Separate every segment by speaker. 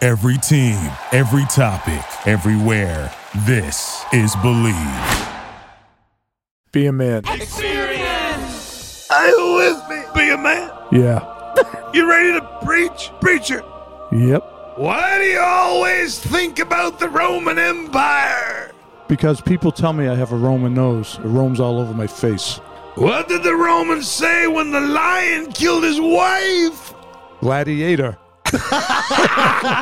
Speaker 1: Every team, every topic, everywhere. This is Believe.
Speaker 2: Be a man.
Speaker 3: Hey, who is me? Be a man.
Speaker 2: Yeah.
Speaker 3: You ready to preach? Preacher.
Speaker 2: Yep.
Speaker 3: Why do you always think about the Roman Empire?
Speaker 2: Because people tell me I have a Roman nose. It roams all over my face.
Speaker 3: What did the Romans say when the lion killed his wife?
Speaker 2: Gladiator.
Speaker 4: not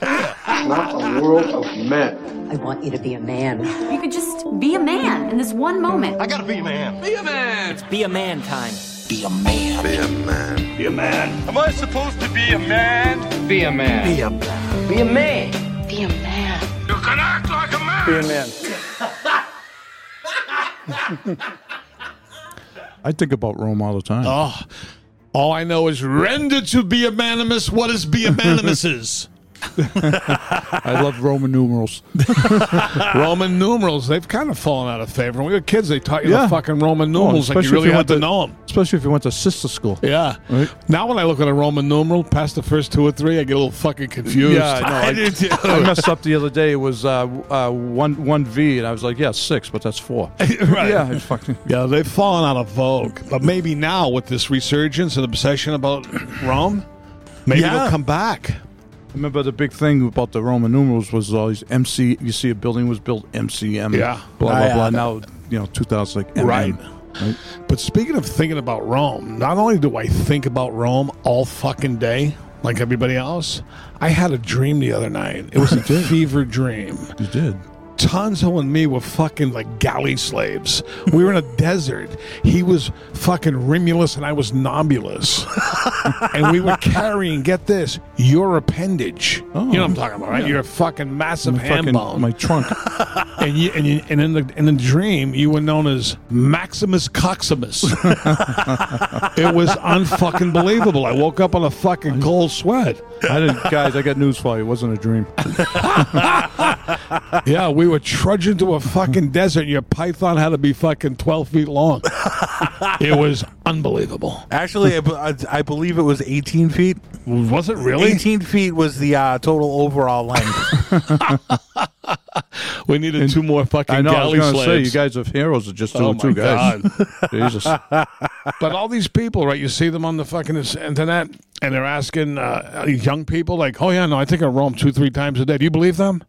Speaker 4: a world of men.
Speaker 5: I want you to be a man.
Speaker 6: You could just be a man in this one moment.
Speaker 7: Be a man time.
Speaker 5: Be a man.
Speaker 3: You can act like a man.
Speaker 2: I think about Rome all the time.
Speaker 8: Oh. All I know is render to be a manimus what is be a manimus is.
Speaker 2: I love Roman numerals.
Speaker 8: Roman numerals, they've kind of fallen out of favor. When we were kids, they taught you
Speaker 2: Yeah.
Speaker 8: the fucking Roman numerals, Oh, like
Speaker 2: especially
Speaker 8: you
Speaker 2: if
Speaker 8: really
Speaker 2: you
Speaker 8: had
Speaker 2: went
Speaker 8: to,
Speaker 2: to-
Speaker 8: know them.
Speaker 2: Especially if you went to sister school.
Speaker 8: Yeah.
Speaker 2: Right.
Speaker 8: Now when I look at a Roman numeral, past the first two or three, I get a little fucking confused.
Speaker 2: Yeah, I know. I-
Speaker 8: do too.
Speaker 2: I messed up the other day. It was uh, uh, one one V, and I was like, "Yeah, six, but that's four.
Speaker 8: Right.
Speaker 2: Yeah, I fucking
Speaker 8: Yeah, they've fallen out of vogue. But maybe now with this resurgence and obsession about Rome, maybe
Speaker 2: Yeah.
Speaker 8: they'll come back.
Speaker 2: remember the big thing about the Roman numerals was all these MC. You see, a building was built MCM.
Speaker 8: Yeah.
Speaker 2: blah
Speaker 8: Ah,
Speaker 2: blah
Speaker 8: yeah.
Speaker 2: blah. Now you know, two thousand like MM.
Speaker 8: Right. But speaking of thinking about Rome, not only do I think about Rome all fucking day, like everybody else, I had a dream the other night. It was a fever dream.
Speaker 2: You did.
Speaker 8: Tonzo and me were fucking like galley slaves. We were in a desert. He was fucking Remulus and I was Nobulus. and we were carrying, get this, your appendage. You know what I'm talking about, right? Your fucking massive
Speaker 2: My
Speaker 8: hand
Speaker 2: fucking
Speaker 8: bone.
Speaker 2: my trunk.
Speaker 8: and, you, and, you, and in, the, in the dream, you were known as Maximus Coximus. it was unfucking believable. I woke up on a fucking cold sweat.
Speaker 2: I didn't, guys. I got news for you. It wasn't a dream.
Speaker 8: Yeah, we were trudging to a fucking desert. Your python had to be fucking 12 feet long. it was unbelievable.
Speaker 9: Actually, I, be- I believe it was 18 feet.
Speaker 8: Was it really?
Speaker 9: 18 feet was the uh, total overall length.
Speaker 8: We needed two more fucking
Speaker 2: I know. I was
Speaker 8: galley
Speaker 2: gonna say
Speaker 8: slaves.
Speaker 2: you guys of heroes are just
Speaker 8: Oh
Speaker 2: doing two
Speaker 8: my
Speaker 2: guys. Jesus.
Speaker 8: But all these people, right? You see them on the fucking internet, and they're asking uh, young people, like, "Oh yeah, no, I think I roam two, three times a day." Do you believe them?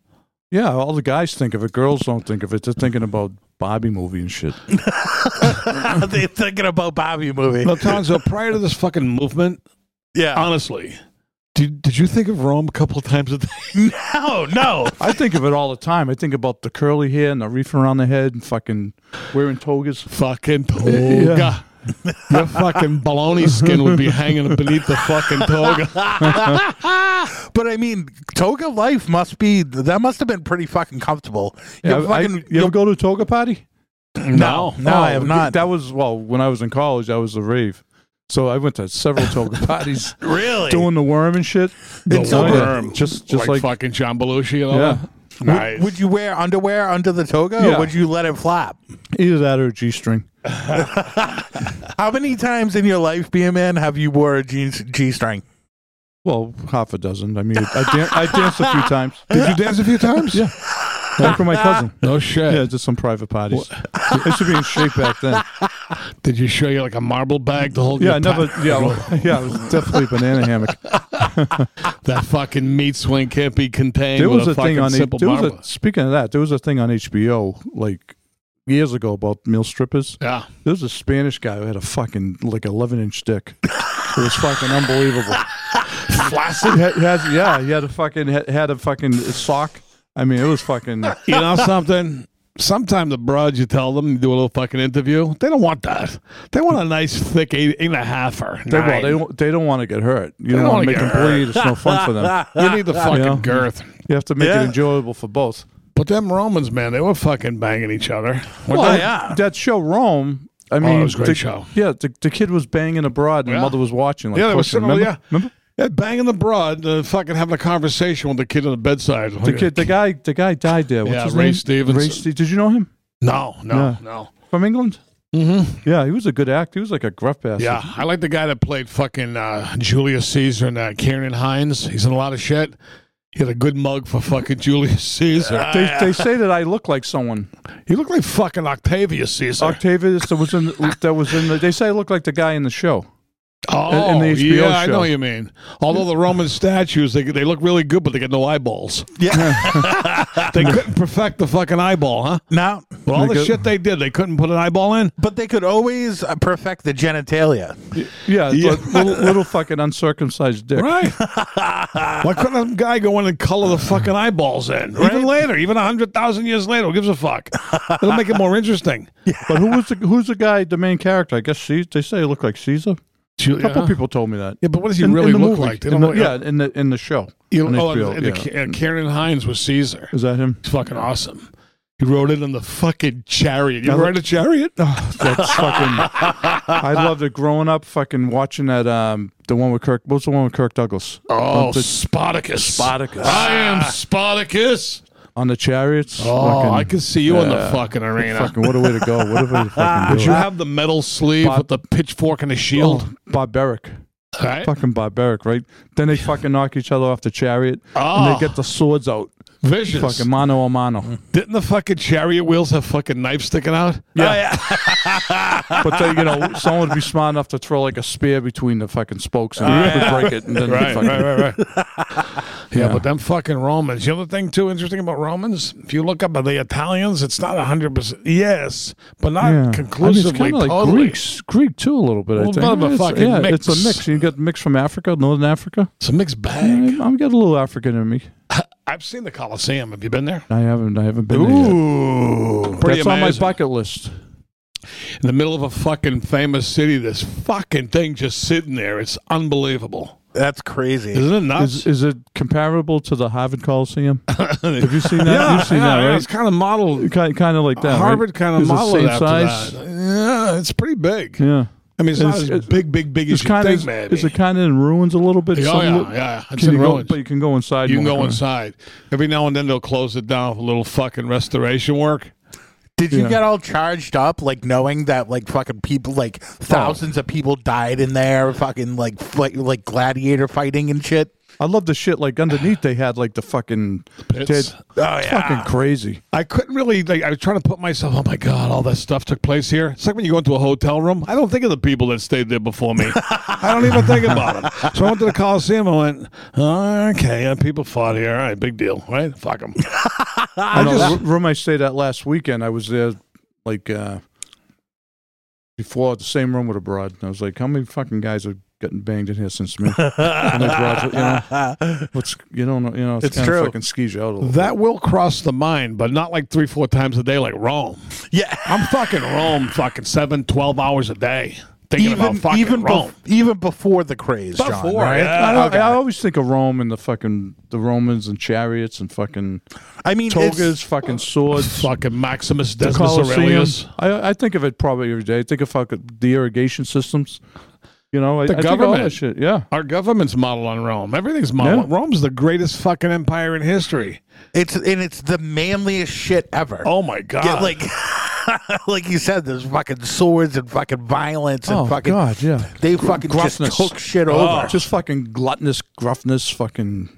Speaker 2: Yeah, all the guys think of it. Girls don't think of it. They're thinking about Bobby movie and shit.
Speaker 9: They're thinking about Bobby movie.
Speaker 8: Latanzo, prior to this fucking movement, uh,
Speaker 9: yeah.
Speaker 8: honestly, did did you think of Rome a couple times a day?
Speaker 2: Hmm?
Speaker 9: no, no.
Speaker 2: I think of it all the time. I think about the curly hair and the reef around the head and fucking wearing togas.
Speaker 8: fucking toga. Your fucking baloney skin would be hanging beneath the fucking toga.
Speaker 9: But I mean, toga life must be, that must have been pretty fucking comfortable.
Speaker 2: Yeah,
Speaker 9: You're
Speaker 2: I-
Speaker 9: fucking,
Speaker 2: you ever go to a toga party?
Speaker 8: No,
Speaker 9: no, I have not.
Speaker 2: That was well when I was in college. That was a rave. So I went to several toga parties,
Speaker 9: really?
Speaker 2: doing the worm and shit.
Speaker 8: the
Speaker 2: Oh, yeah.
Speaker 8: worm,
Speaker 2: just just like,
Speaker 8: fucking John Belushi and all
Speaker 2: yeah,
Speaker 8: that.
Speaker 9: would, would you wear underwear under the toga
Speaker 2: Yeah.
Speaker 9: or would you let it flap?
Speaker 2: either that or a g string.
Speaker 9: How many times in your life, be a man, have you wore a jeans G string?
Speaker 2: Well, half a dozen. I mean, I, dan- I danced a few times.
Speaker 8: Did you dance a few times?
Speaker 2: Yeah. One for my cousin.
Speaker 8: No shit.
Speaker 2: Yeah, just some private parties. I used to be in shape back then.
Speaker 8: Did you show you like a marble bag to hold?
Speaker 2: Yeah,
Speaker 8: your
Speaker 2: I never. Yeah, well, yeah, it was definitely a banana hammock.
Speaker 8: That fucking meat swing can't be contained.
Speaker 2: There
Speaker 8: with
Speaker 2: was
Speaker 8: a,
Speaker 2: a
Speaker 8: fucking
Speaker 2: thing on. H-
Speaker 8: simple
Speaker 2: There was
Speaker 8: marble.
Speaker 2: a, speaking of that, there was a thing on HBO like years ago about male strippers.
Speaker 8: yeah.
Speaker 2: There was a Spanish guy who had a fucking like eleven inch dick. It was fucking unbelievable. Flaccid. Had, had- yeah, he had a fucking had, had a fucking sock. I mean, it was fucking.
Speaker 8: You know something? Sometime the broads, you tell them, you do a little fucking interview. They don't want that. They want a nice, thick eight, eight and a halfer.
Speaker 2: They, well,
Speaker 8: nine.
Speaker 2: they don't. They don't want to get hurt. You don't,
Speaker 8: don't
Speaker 2: want
Speaker 8: wanna
Speaker 2: to make
Speaker 8: get
Speaker 2: them bleed. It's no fun for them.
Speaker 8: You need the fucking
Speaker 2: Yeah.
Speaker 8: girth.
Speaker 2: You have to make
Speaker 9: Yeah.
Speaker 2: it enjoyable for both.
Speaker 8: But them Romans, man, they were fucking banging each other. Well, Oh,
Speaker 2: Well,
Speaker 9: yeah.
Speaker 2: that show Rome. I mean,
Speaker 8: was a great
Speaker 2: the,
Speaker 8: show.
Speaker 2: Yeah, the, the kid was banging abroad, and
Speaker 8: Yeah.
Speaker 2: the mother was watching. Like,
Speaker 8: yeah, they were
Speaker 2: pussy,
Speaker 8: sitting
Speaker 2: remember?
Speaker 8: yeah.
Speaker 2: Remember?
Speaker 8: Yeah, banging the broad, uh, fucking having a conversation with the kid on the bedside.
Speaker 2: The kid, the guy, the guy died there. What's
Speaker 8: Yeah,
Speaker 2: his
Speaker 8: Ray
Speaker 2: name?
Speaker 8: Stevenson.
Speaker 2: Ray Ste- did you know him
Speaker 8: No, no,
Speaker 2: Yeah.
Speaker 8: no.
Speaker 2: from England? Yeah, he was a good act. He was like a gruff bastard.
Speaker 8: Mm-hmm. Yeah, I like the guy that played fucking uh, Julius Caesar and uh, Kieran Hines. He's in a lot of shit. He had a good mug for fucking Julius Caesar.
Speaker 2: They, they say that I look like someone.
Speaker 8: he looked like fucking Octavius Caesar.
Speaker 2: Octavius that was in that was in the. They say I look like the guy in the show.
Speaker 8: oh,
Speaker 2: in the HBO
Speaker 8: yeah, I
Speaker 2: show.
Speaker 8: know what you mean. Although the Roman statues, they, they look really good, but they got no eyeballs.
Speaker 9: Yeah.
Speaker 8: They couldn't perfect the fucking eyeball, huh?
Speaker 9: now,
Speaker 8: With all
Speaker 2: They
Speaker 8: the
Speaker 2: could-
Speaker 8: shit they did, they couldn't put an eyeball in.
Speaker 9: but they could always uh, perfect the genitalia.
Speaker 2: Yeah, it's
Speaker 8: Yeah.
Speaker 2: like Little, little fucking uncircumcised dick.
Speaker 8: Right. Why couldn't a guy go in and color the fucking eyeballs in? Even later, even 100,000 years later, who gives a fuck? It'll make it more interesting.
Speaker 2: But who was the, who's the guy, the main character? I guess Caesar, they say I look like Caesar.
Speaker 8: Ju-
Speaker 2: A couple
Speaker 8: yeah.
Speaker 2: people told me that.
Speaker 8: Uh-huh. Yeah, but what does he
Speaker 2: In- in
Speaker 8: really
Speaker 2: the
Speaker 8: look
Speaker 2: movie.
Speaker 8: like? They
Speaker 2: In
Speaker 8: don't
Speaker 2: the-
Speaker 8: know-
Speaker 2: yeah, in the in the show.
Speaker 8: You
Speaker 2: on
Speaker 8: know, oh,
Speaker 2: HBO,
Speaker 8: and, and
Speaker 2: yeah.
Speaker 8: the, and Karen Hines was Caesar.
Speaker 2: Is that him?
Speaker 8: It's fucking awesome. He rode it in the fucking chariot. You
Speaker 2: Now
Speaker 8: ever
Speaker 2: look-
Speaker 8: ride a chariot?
Speaker 2: That's fucking. I loved it growing up. Fucking watching that. Um, the one with Kirk. What's the one with Kirk Douglas?
Speaker 8: Oh,
Speaker 2: on the,
Speaker 8: Spartacus.
Speaker 2: Spartacus.
Speaker 8: I am Spartacus.
Speaker 2: on the chariots.
Speaker 8: Oh,
Speaker 2: Fucking-
Speaker 8: I can see you in the
Speaker 2: yeah.
Speaker 8: fucking arena.
Speaker 2: Fucking what a way to go! What a way to fucking
Speaker 8: Would
Speaker 2: do
Speaker 8: you
Speaker 2: it.
Speaker 8: have the metal sleeve
Speaker 2: Bob-
Speaker 8: with the pitchfork and the shield?
Speaker 2: Oh, barbaric,
Speaker 8: Right?
Speaker 2: Oh, fucking barbaric, right? Then they fucking knock each other off the chariot, and
Speaker 8: Ah.
Speaker 2: they get the swords out,
Speaker 8: Vicious.
Speaker 2: fucking mano a mano.
Speaker 8: Didn't the fucking chariot wheels have fucking knives sticking out?
Speaker 2: Yeah,
Speaker 9: Oh,
Speaker 2: but they, you know, someone would be smart enough to throw like a spear between the fucking spokes and
Speaker 8: Right.
Speaker 2: break it, and then
Speaker 8: Right,
Speaker 2: fucking,
Speaker 8: right, right, right. yeah, but them fucking Romans. You know the thing too interesting about Romans? If you look up at the Italians, it's not hundred percent. Yes, but not
Speaker 2: Yeah.
Speaker 8: conclusively.
Speaker 2: I mean, it's kind of
Speaker 8: totally.
Speaker 2: like Greeks, Greek too, a little bit. I
Speaker 8: Well,
Speaker 2: think.
Speaker 8: bit of a
Speaker 2: it's,
Speaker 8: fucking
Speaker 2: yeah,
Speaker 8: mix.
Speaker 2: it's a mix. You get mix from Africa, Northern Africa.
Speaker 8: It's a mixed
Speaker 2: I,
Speaker 8: bag.
Speaker 2: I'm getting a little African in me.
Speaker 8: I've seen the Colosseum. Have you been there?
Speaker 2: I haven't. I haven't been there yet.
Speaker 8: Ooh, pretty
Speaker 2: That's on my
Speaker 8: amazing.
Speaker 2: bucket list.
Speaker 8: In the middle of a fucking famous city, this fucking thing just sitting there. It's unbelievable.
Speaker 9: That's crazy.
Speaker 8: Isn't it nuts?
Speaker 2: Is, is it comparable to the Harvard Coliseum? Have you seen that? You've seen that, right?
Speaker 8: It's kind of modeled
Speaker 2: kind, kind of like that. right?
Speaker 8: Harvard kind of
Speaker 2: Is it
Speaker 8: modeled
Speaker 2: same
Speaker 8: after
Speaker 2: size?
Speaker 8: that. Yeah, it's pretty big.
Speaker 2: Yeah.
Speaker 8: I mean, it's,
Speaker 2: It's-
Speaker 8: not as
Speaker 2: it's-
Speaker 8: big, big, big
Speaker 2: It's
Speaker 8: as you
Speaker 2: kind
Speaker 8: think,
Speaker 2: of.
Speaker 8: maybe.
Speaker 2: Is it kind of in ruins a little bit?
Speaker 8: yeah,
Speaker 2: Some
Speaker 8: yeah,
Speaker 2: look-
Speaker 8: yeah. It's
Speaker 2: Can
Speaker 8: in
Speaker 2: you go,
Speaker 8: ruins.
Speaker 2: but you can go inside.
Speaker 8: you
Speaker 2: more,
Speaker 8: can go
Speaker 2: right?
Speaker 8: inside. Every now and then they'll close it down for a little fucking restoration work.
Speaker 9: Did you
Speaker 2: Yeah.
Speaker 9: get all charged up, like knowing that, like fucking people,
Speaker 8: Oh.
Speaker 9: like thousands of people died in there, fucking like fl- like gladiator fighting and shit?
Speaker 2: I love the shit. Like underneath, they had like the fucking.
Speaker 8: Pits. Ah.
Speaker 2: Ted-
Speaker 9: Oh yeah.
Speaker 2: Fucking crazy.
Speaker 8: I couldn't really. Like, I was trying to put myself. Oh my god, all that stuff took place here. It's like when you go into a hotel room. I don't think of the people that stayed there before me. I don't even think about them. So I went to the Coliseum. I went, oh, okay, yeah, people fought here. All right, big deal, right? Fuck them.
Speaker 2: I know the room I stayed at last weekend. I was there like uh before the same room with a broad. And I was like, how many fucking guys are getting banged in here since me? And the broads, you know, what's you don't know, you know, it's,
Speaker 9: It's
Speaker 2: kind
Speaker 9: true.
Speaker 2: of fucking skis you out a little.
Speaker 8: That will cross the mind, but not like three, four times a day like Rome.
Speaker 9: yeah.
Speaker 8: I'm fucking Rome fucking seven, 12 hours a day thinking about
Speaker 9: Even
Speaker 8: fucking
Speaker 9: even
Speaker 8: Rome.
Speaker 9: bef- even before the craze, John.
Speaker 8: Before,
Speaker 9: Right?
Speaker 8: yeah.
Speaker 2: I, don't,
Speaker 9: Okay.
Speaker 2: I always think of Rome and the fucking the Romans and chariots and fucking
Speaker 9: I mean, it's-
Speaker 2: togas, fucking swords,
Speaker 8: fucking Maximus
Speaker 2: the
Speaker 8: Decimus
Speaker 2: Colosseum.
Speaker 8: Aurelius.
Speaker 2: I, I think of it probably every day. I think of fucking the irrigation systems. You know, I,
Speaker 8: The
Speaker 2: I think of all that
Speaker 8: government.
Speaker 2: shit. Yeah.
Speaker 8: Our government's modeled on Rome. Everything's modeled.
Speaker 2: Yeah.
Speaker 8: Rome's the greatest fucking empire in history.
Speaker 9: it's and it's the manliest shit ever.
Speaker 8: Oh my god!
Speaker 9: Yeah, like like you said, there's fucking swords and fucking violence and
Speaker 2: Oh,
Speaker 9: fucking
Speaker 2: God, yeah.
Speaker 9: They fucking
Speaker 2: gruffness. Oh.
Speaker 9: just took shit
Speaker 8: Oh.
Speaker 9: over.
Speaker 2: Just fucking gluttonous, gruffness, fucking.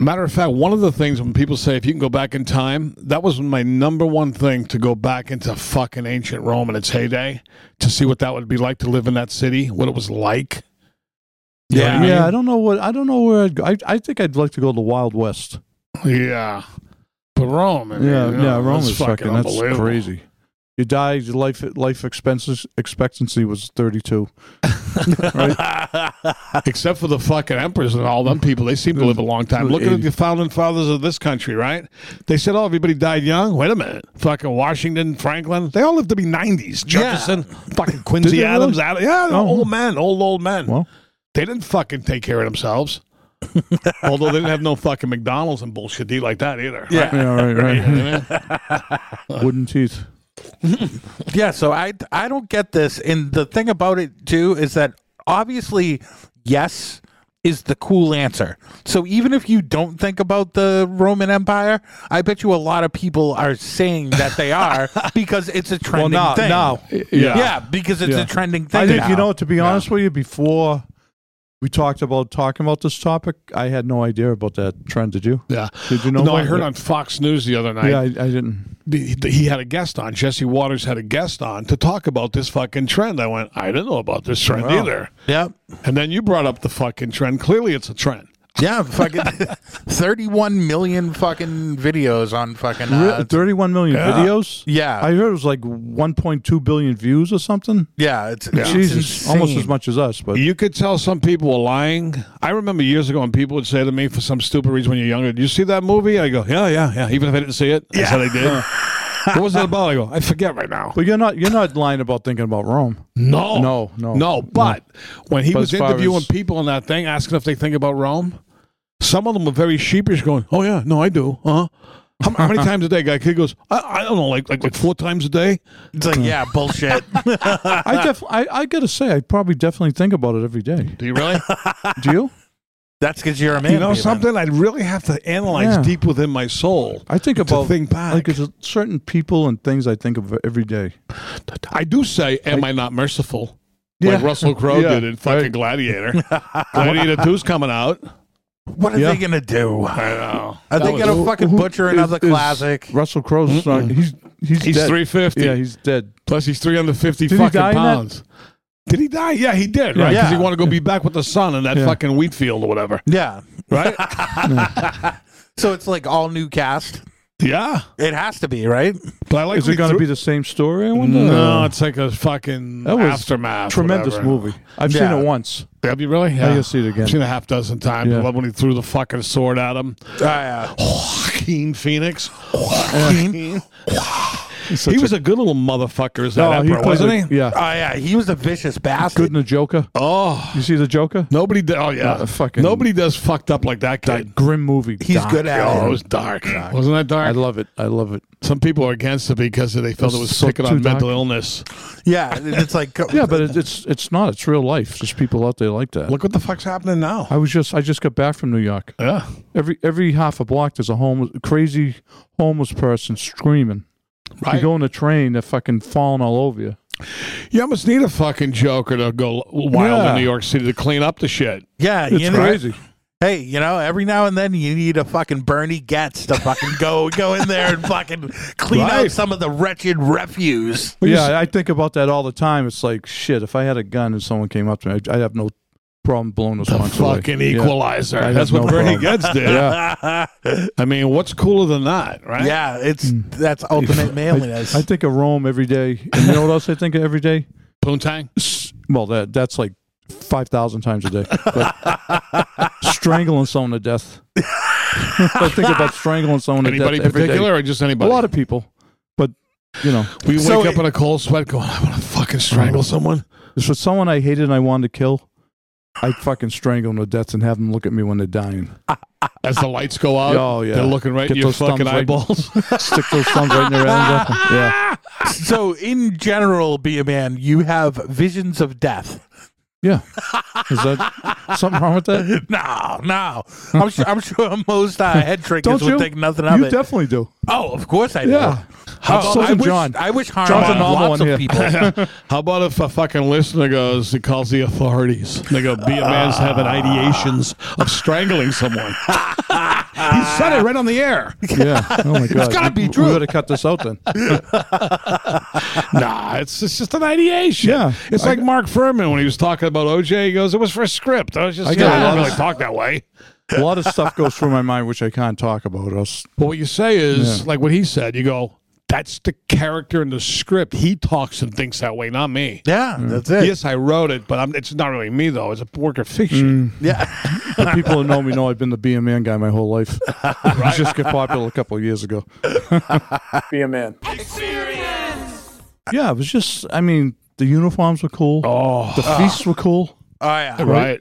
Speaker 8: Matter of fact, one of the things when people say if you can go back in time, that was my number one thing to go back into fucking ancient Rome in its heyday to see what that would be like to live in that city, what it was like. You know what I
Speaker 2: Yeah, I
Speaker 8: mean?
Speaker 2: don't know what. I don't know where I'd go. I, I think I'd like to go to the Wild West.
Speaker 8: yeah. But Rome, I mean,
Speaker 2: Yeah,
Speaker 8: you
Speaker 2: yeah,
Speaker 8: know,
Speaker 2: Rome
Speaker 8: that's
Speaker 2: is fucking. That's
Speaker 8: unbelievable.
Speaker 2: crazy. You die. Your life life expenses expectancy was thirty two.
Speaker 8: Except for the fucking emperors and all them people, they seem to live a long time. Look at the founding fathers of this country, right? They said, "Oh, everybody died young." Wait a minute, fucking Washington, Franklin, they all lived to be nineties. Jefferson, fucking
Speaker 2: Did
Speaker 8: Quincy
Speaker 2: they
Speaker 8: Adams,
Speaker 2: really?
Speaker 8: Ad- yeah, they're
Speaker 2: Oh.
Speaker 8: old men, old old men.
Speaker 2: Well.
Speaker 8: they didn't fucking take care of themselves. Although they didn't have no fucking McDonald's and bullshit deal like that either. Yeah,
Speaker 2: Yeah, right, right. Wooden teeth.
Speaker 9: yeah, so I I don't get this. And the thing about it too is that obviously, yes, is the cool answer. So even if you don't think about the Roman Empire, I bet you a lot of people are saying that they are because it's a trending
Speaker 8: now-
Speaker 9: thing.
Speaker 8: now.
Speaker 9: yeah.
Speaker 2: Yeah.
Speaker 9: because it's
Speaker 2: Yeah.
Speaker 9: a trending thing.
Speaker 2: I think you
Speaker 9: now.
Speaker 2: know. To be honest with you, before we talked about talking about this topic, I had no idea about that trend. Did you?
Speaker 8: Yeah.
Speaker 2: Did you know?
Speaker 8: No, I
Speaker 2: about
Speaker 8: heard
Speaker 2: it?
Speaker 8: on Fox News the other night.
Speaker 2: Yeah, I, I didn't.
Speaker 8: he he had a guest on. Jesse Waters had a guest on to talk about this fucking trend. I went, I didn't know about this trend
Speaker 2: Wow.
Speaker 8: either.
Speaker 9: Yep.
Speaker 8: And then you brought up the fucking trend. Clearly, it's a trend.
Speaker 9: Yeah, fucking 31 million fucking videos on fucking uh,
Speaker 2: Re- Thirty-one million
Speaker 8: yeah.
Speaker 2: videos.
Speaker 9: Yeah.
Speaker 2: I heard it was like 1.2 billion views or something.
Speaker 9: yeah, it's, it's
Speaker 2: Jesus, almost as
Speaker 9: insane.
Speaker 2: much as us, but
Speaker 8: You could tell some people were lying. I remember years ago when people would say to me for some stupid reason when you're younger, "Did you see that movie?" I go, "Yeah, yeah, yeah." Even if I didn't see it, I said I did. what was it about? I go, "I forget right now."
Speaker 2: but you're not you're not lying about thinking about Rome.
Speaker 8: No,
Speaker 2: No, no,
Speaker 8: no. But when he
Speaker 2: But
Speaker 8: was
Speaker 2: as far
Speaker 8: interviewing
Speaker 2: as-
Speaker 8: people on that thing, asking if they think about Rome, some of them were very sheepish, going, "Oh yeah, no, I do." Huh? How, how many times a day, guy? Kid goes, I, "I don't know, like like like four times a day."
Speaker 9: It's like, yeah, bullshit.
Speaker 2: I def I, I gotta say I probably definitely think about it every day.
Speaker 8: Do you really?
Speaker 2: Do you?
Speaker 9: That's because you're a man.
Speaker 8: you know
Speaker 9: Peter.
Speaker 8: something? I'd really have to analyze
Speaker 2: Yeah.
Speaker 8: deep within my soul.
Speaker 2: I think
Speaker 8: to
Speaker 2: about
Speaker 8: think back.
Speaker 2: like there's certain people and things I think of every day.
Speaker 8: I do say, "Am I, not merciful?" Like
Speaker 2: Yeah.
Speaker 8: Russell Crowe
Speaker 2: Yeah.
Speaker 8: did in fucking Gladiator. Gladiator Two's coming out.
Speaker 9: What are
Speaker 2: Yeah.
Speaker 9: they gonna do?
Speaker 8: I know.
Speaker 9: Are
Speaker 8: That
Speaker 9: they
Speaker 8: was-
Speaker 9: gonna fucking
Speaker 2: Who-
Speaker 9: butcher
Speaker 2: is-
Speaker 9: another
Speaker 2: is
Speaker 9: classic?
Speaker 2: Russell Crowe's not, he's he's
Speaker 8: He's
Speaker 2: dead.
Speaker 8: 350.
Speaker 2: Yeah, he's dead.
Speaker 8: Plus, he's 350
Speaker 2: Did he
Speaker 8: fucking
Speaker 2: die in that?
Speaker 8: pounds. Did he die? Yeah, he did, right? Because
Speaker 9: Yeah.
Speaker 8: he wanted to go be back with the sun in that
Speaker 2: Yeah.
Speaker 8: fucking wheat field or whatever,
Speaker 9: yeah.
Speaker 8: right?
Speaker 9: So it's like all new cast.
Speaker 8: yeah.
Speaker 9: It has to be right.
Speaker 8: But I like
Speaker 2: Is it going to be the same story? I wonder.
Speaker 8: No, it's like a fucking
Speaker 2: That was
Speaker 8: aftermath.
Speaker 2: Tremendous
Speaker 8: whatever.
Speaker 2: movie. I've
Speaker 9: Yeah.
Speaker 2: seen it once.
Speaker 8: Have you really?
Speaker 2: I gotta see it again.
Speaker 8: I've seen it a half dozen times.
Speaker 2: Yeah.
Speaker 8: I love when he threw the fucking sword at him.
Speaker 9: yeah.
Speaker 8: Joaquin Phoenix. Joaquin.
Speaker 2: such
Speaker 8: he was a, good little motherfucker, as that emperor,
Speaker 2: played
Speaker 8: wasn't
Speaker 2: the-
Speaker 8: he?
Speaker 9: Oh
Speaker 2: Yeah,
Speaker 9: yeah, he was a vicious bastard.
Speaker 2: good in the Joker.
Speaker 8: Oh,
Speaker 2: You see the Joker?
Speaker 8: nobody. Do- oh yeah,
Speaker 2: Uh, fucking-
Speaker 8: nobody does fucked up like that guy.
Speaker 2: That grim movie.
Speaker 9: He's
Speaker 2: Dark.
Speaker 9: good at
Speaker 8: Oh,
Speaker 9: it.
Speaker 8: it was dark. Wasn't that dark?
Speaker 2: I love it. I love it.
Speaker 8: Some people are against it because they felt it was
Speaker 2: So
Speaker 8: picking
Speaker 2: too
Speaker 8: on
Speaker 2: dark.
Speaker 8: mental illness.
Speaker 9: yeah, and it's like
Speaker 2: Yeah, but it, it's it's not. It's real life. There's people out there like that.
Speaker 8: Look what the fuck's happening now.
Speaker 2: I was just I just got back from New York.
Speaker 8: Yeah.
Speaker 2: Every every half a block there's a homeless crazy homeless person screaming.
Speaker 8: Right.
Speaker 2: You go on the train, they're fucking falling all over you.
Speaker 8: You almost need a fucking joker to go wild
Speaker 2: Yeah.
Speaker 8: in New York City to clean up the shit.
Speaker 9: yeah,
Speaker 2: It's
Speaker 9: you know,
Speaker 2: crazy.
Speaker 9: Hey, you know, every now and then you need a fucking Bernie Getz to fucking go go in there and fucking clean out
Speaker 8: Right.
Speaker 9: some of the wretched refuse.
Speaker 2: Yeah, I think about that all the time. It's like shit. If I had a gun and someone came up to me, I'd, I'd have no problem blowing those punks away.
Speaker 8: Fucking
Speaker 2: Yeah.
Speaker 8: equalizer.
Speaker 2: I have
Speaker 8: That's what
Speaker 2: no
Speaker 8: Bernie
Speaker 2: problem.
Speaker 8: Getz did.
Speaker 9: Yeah,
Speaker 8: I mean, what's cooler than that, right?
Speaker 9: it's that's ultimate manliness.
Speaker 2: Hmm. I think of Rome every day. And you know what else I think of every day?
Speaker 8: Poontang.
Speaker 2: Well, that that's like five thousand times a day. But strangling someone to death. I think about strangling someone
Speaker 8: Anybody
Speaker 2: to death every day.
Speaker 8: particular or just
Speaker 2: A
Speaker 8: anybody?
Speaker 2: lot of people, but you know,
Speaker 8: we wake
Speaker 9: So
Speaker 8: up
Speaker 9: it-
Speaker 8: in a cold sweat going, I want to fucking
Speaker 2: Oh.
Speaker 8: strangle someone.
Speaker 2: if it's someone I hated and I wanted to kill, I'd fucking strangle them to death and have them look at me when they're dying.
Speaker 8: As the lights go out,
Speaker 2: Oh, yeah.
Speaker 8: they're looking right
Speaker 2: Get
Speaker 8: at your
Speaker 2: those thumbs
Speaker 8: fucking
Speaker 2: right-
Speaker 8: eyeballs.
Speaker 2: Stick those thumbs right in their eyes. Yeah,
Speaker 9: so, in general, be a man. You have visions of death.
Speaker 2: yeah. Is that something wrong with that?
Speaker 9: No, no. I'm sure. I'm sure most uh, head
Speaker 2: Don't
Speaker 9: trickers
Speaker 2: you
Speaker 9: would think nothing of
Speaker 2: You
Speaker 9: it.
Speaker 2: definitely do.
Speaker 9: oh, of course I do.
Speaker 2: Yeah.
Speaker 9: How about-
Speaker 2: So
Speaker 9: I
Speaker 2: did
Speaker 9: wish,
Speaker 2: John.
Speaker 9: I wish harm
Speaker 2: John's a
Speaker 9: on
Speaker 2: normal
Speaker 9: lots
Speaker 2: one
Speaker 9: of
Speaker 2: here.
Speaker 9: people.
Speaker 8: How about if a fucking listener goes and calls the authorities? And they go, "Be a man's having ideations of strangling someone." he said it right on the air.
Speaker 2: Yeah. Oh my god. It's
Speaker 8: gotta be
Speaker 2: We
Speaker 8: true.
Speaker 2: gotta cut this out then.
Speaker 8: Nah, it's it's just an ideation.
Speaker 2: Yeah.
Speaker 8: it's like Mark Furman when he was talking about OJ. He goes, "It was for a script." I was just,
Speaker 2: I
Speaker 8: you know,
Speaker 2: got
Speaker 8: I
Speaker 2: it.
Speaker 8: don't really talk that way.
Speaker 2: A lot of stuff goes through my mind which I can't talk about. Us.
Speaker 8: But what you say is
Speaker 2: Yeah.
Speaker 8: like what he said. You go, "That's the character in the script. He talks and thinks that way, not me."
Speaker 9: Yeah,
Speaker 2: Mm.
Speaker 9: that's it.
Speaker 8: Yes, I wrote it, but I'm, it's not really me though. It's a work of fiction.
Speaker 9: Yeah.
Speaker 2: The people who know me know I've been the be a man guy my whole life. I just got popular a couple of years ago. be a man. Yeah, it was just. I mean, the uniforms were cool.
Speaker 8: Oh,
Speaker 2: The feasts were cool.
Speaker 9: Oh
Speaker 2: Mm.
Speaker 9: yeah.
Speaker 8: right.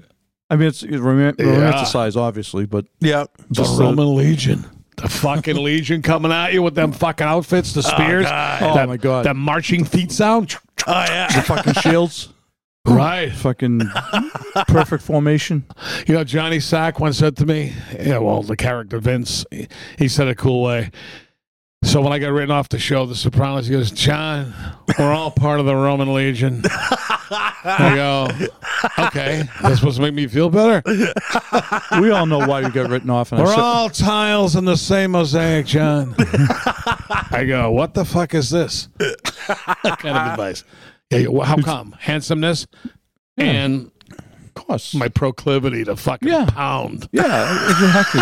Speaker 2: I mean, it's it roman- romanticized, obviously, but
Speaker 9: Yeah.
Speaker 8: The
Speaker 2: just
Speaker 8: Roman Legion. The fucking Legion coming at you with them fucking outfits, the spears.
Speaker 2: Oh,
Speaker 8: that-
Speaker 2: my God.
Speaker 8: That marching feet sound.
Speaker 9: Oh yeah.
Speaker 2: fucking shields.
Speaker 8: Right.
Speaker 2: Fucking perfect formation.
Speaker 8: You know, Johnny Sack once said to me, yeah, well, the character Vince, he, he said it a cool way. So when I got written off the show, The Sopranos, he goes, John, we're all part of the Roman Legion. I go, okay, that's supposed to make me feel better.
Speaker 2: We all know why you got written off. And I
Speaker 8: We're
Speaker 2: said-
Speaker 8: all tiles in the same mosaic, John. I go, what the fuck is this? What kind of advice. Yeah, well, how come? Handsomeness and
Speaker 2: of course.
Speaker 8: my proclivity to fucking
Speaker 2: Yeah.
Speaker 8: pound.
Speaker 2: yeah, exactly.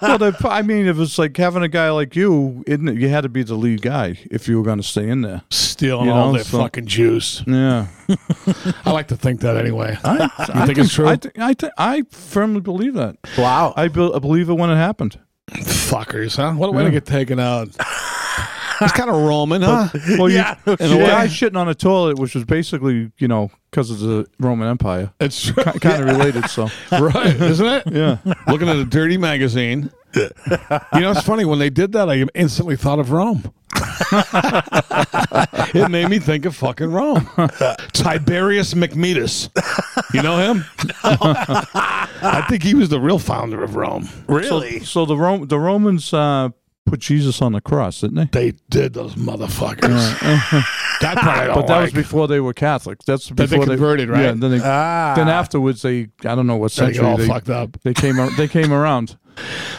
Speaker 2: well, the, I mean, if it's like having a guy like you, isn't it? You had to be the lead guy if you were going to stay in there.
Speaker 8: stealing
Speaker 2: You
Speaker 8: all
Speaker 2: know,
Speaker 8: their
Speaker 2: so-
Speaker 8: fucking juice.
Speaker 2: Yeah.
Speaker 8: I like to think that anyway.
Speaker 2: I,
Speaker 8: You think it's true?
Speaker 2: I, th- I, th- I firmly believe that.
Speaker 9: Wow.
Speaker 2: I, be- I believe it when it happened.
Speaker 8: Fuckers, huh? What a way to
Speaker 2: Yeah.
Speaker 8: get taken out. It's kind of Roman, huh?
Speaker 2: Well,
Speaker 9: Yeah,
Speaker 2: you,
Speaker 9: no
Speaker 2: and a guy
Speaker 9: shit.
Speaker 2: shitting on a toilet, which was basically, you know, because of the Roman Empire,
Speaker 8: It's true.
Speaker 2: kind of related. So,
Speaker 8: right, isn't it?
Speaker 2: yeah,
Speaker 8: Looking at a dirty magazine. You know, it's funny when they did that. I instantly thought of Rome. it made me think of fucking Rome. Tiberius McMetis. You know him? I think he was the real founder of Rome.
Speaker 9: Really?
Speaker 2: so the Rom- the Romans uh, put Jesus on the cross, didn't they?
Speaker 8: They did those motherfuckers. that part Oh, I don't
Speaker 2: But that was
Speaker 8: like.
Speaker 2: before they were Catholic. That's
Speaker 8: they
Speaker 2: before they
Speaker 8: converted, right?
Speaker 2: Yeah. Then, they,
Speaker 9: Ah.
Speaker 2: then afterwards, they I don't know what
Speaker 8: They
Speaker 2: century
Speaker 8: got all
Speaker 2: they,
Speaker 8: fucked up.
Speaker 2: they came ar- they came around.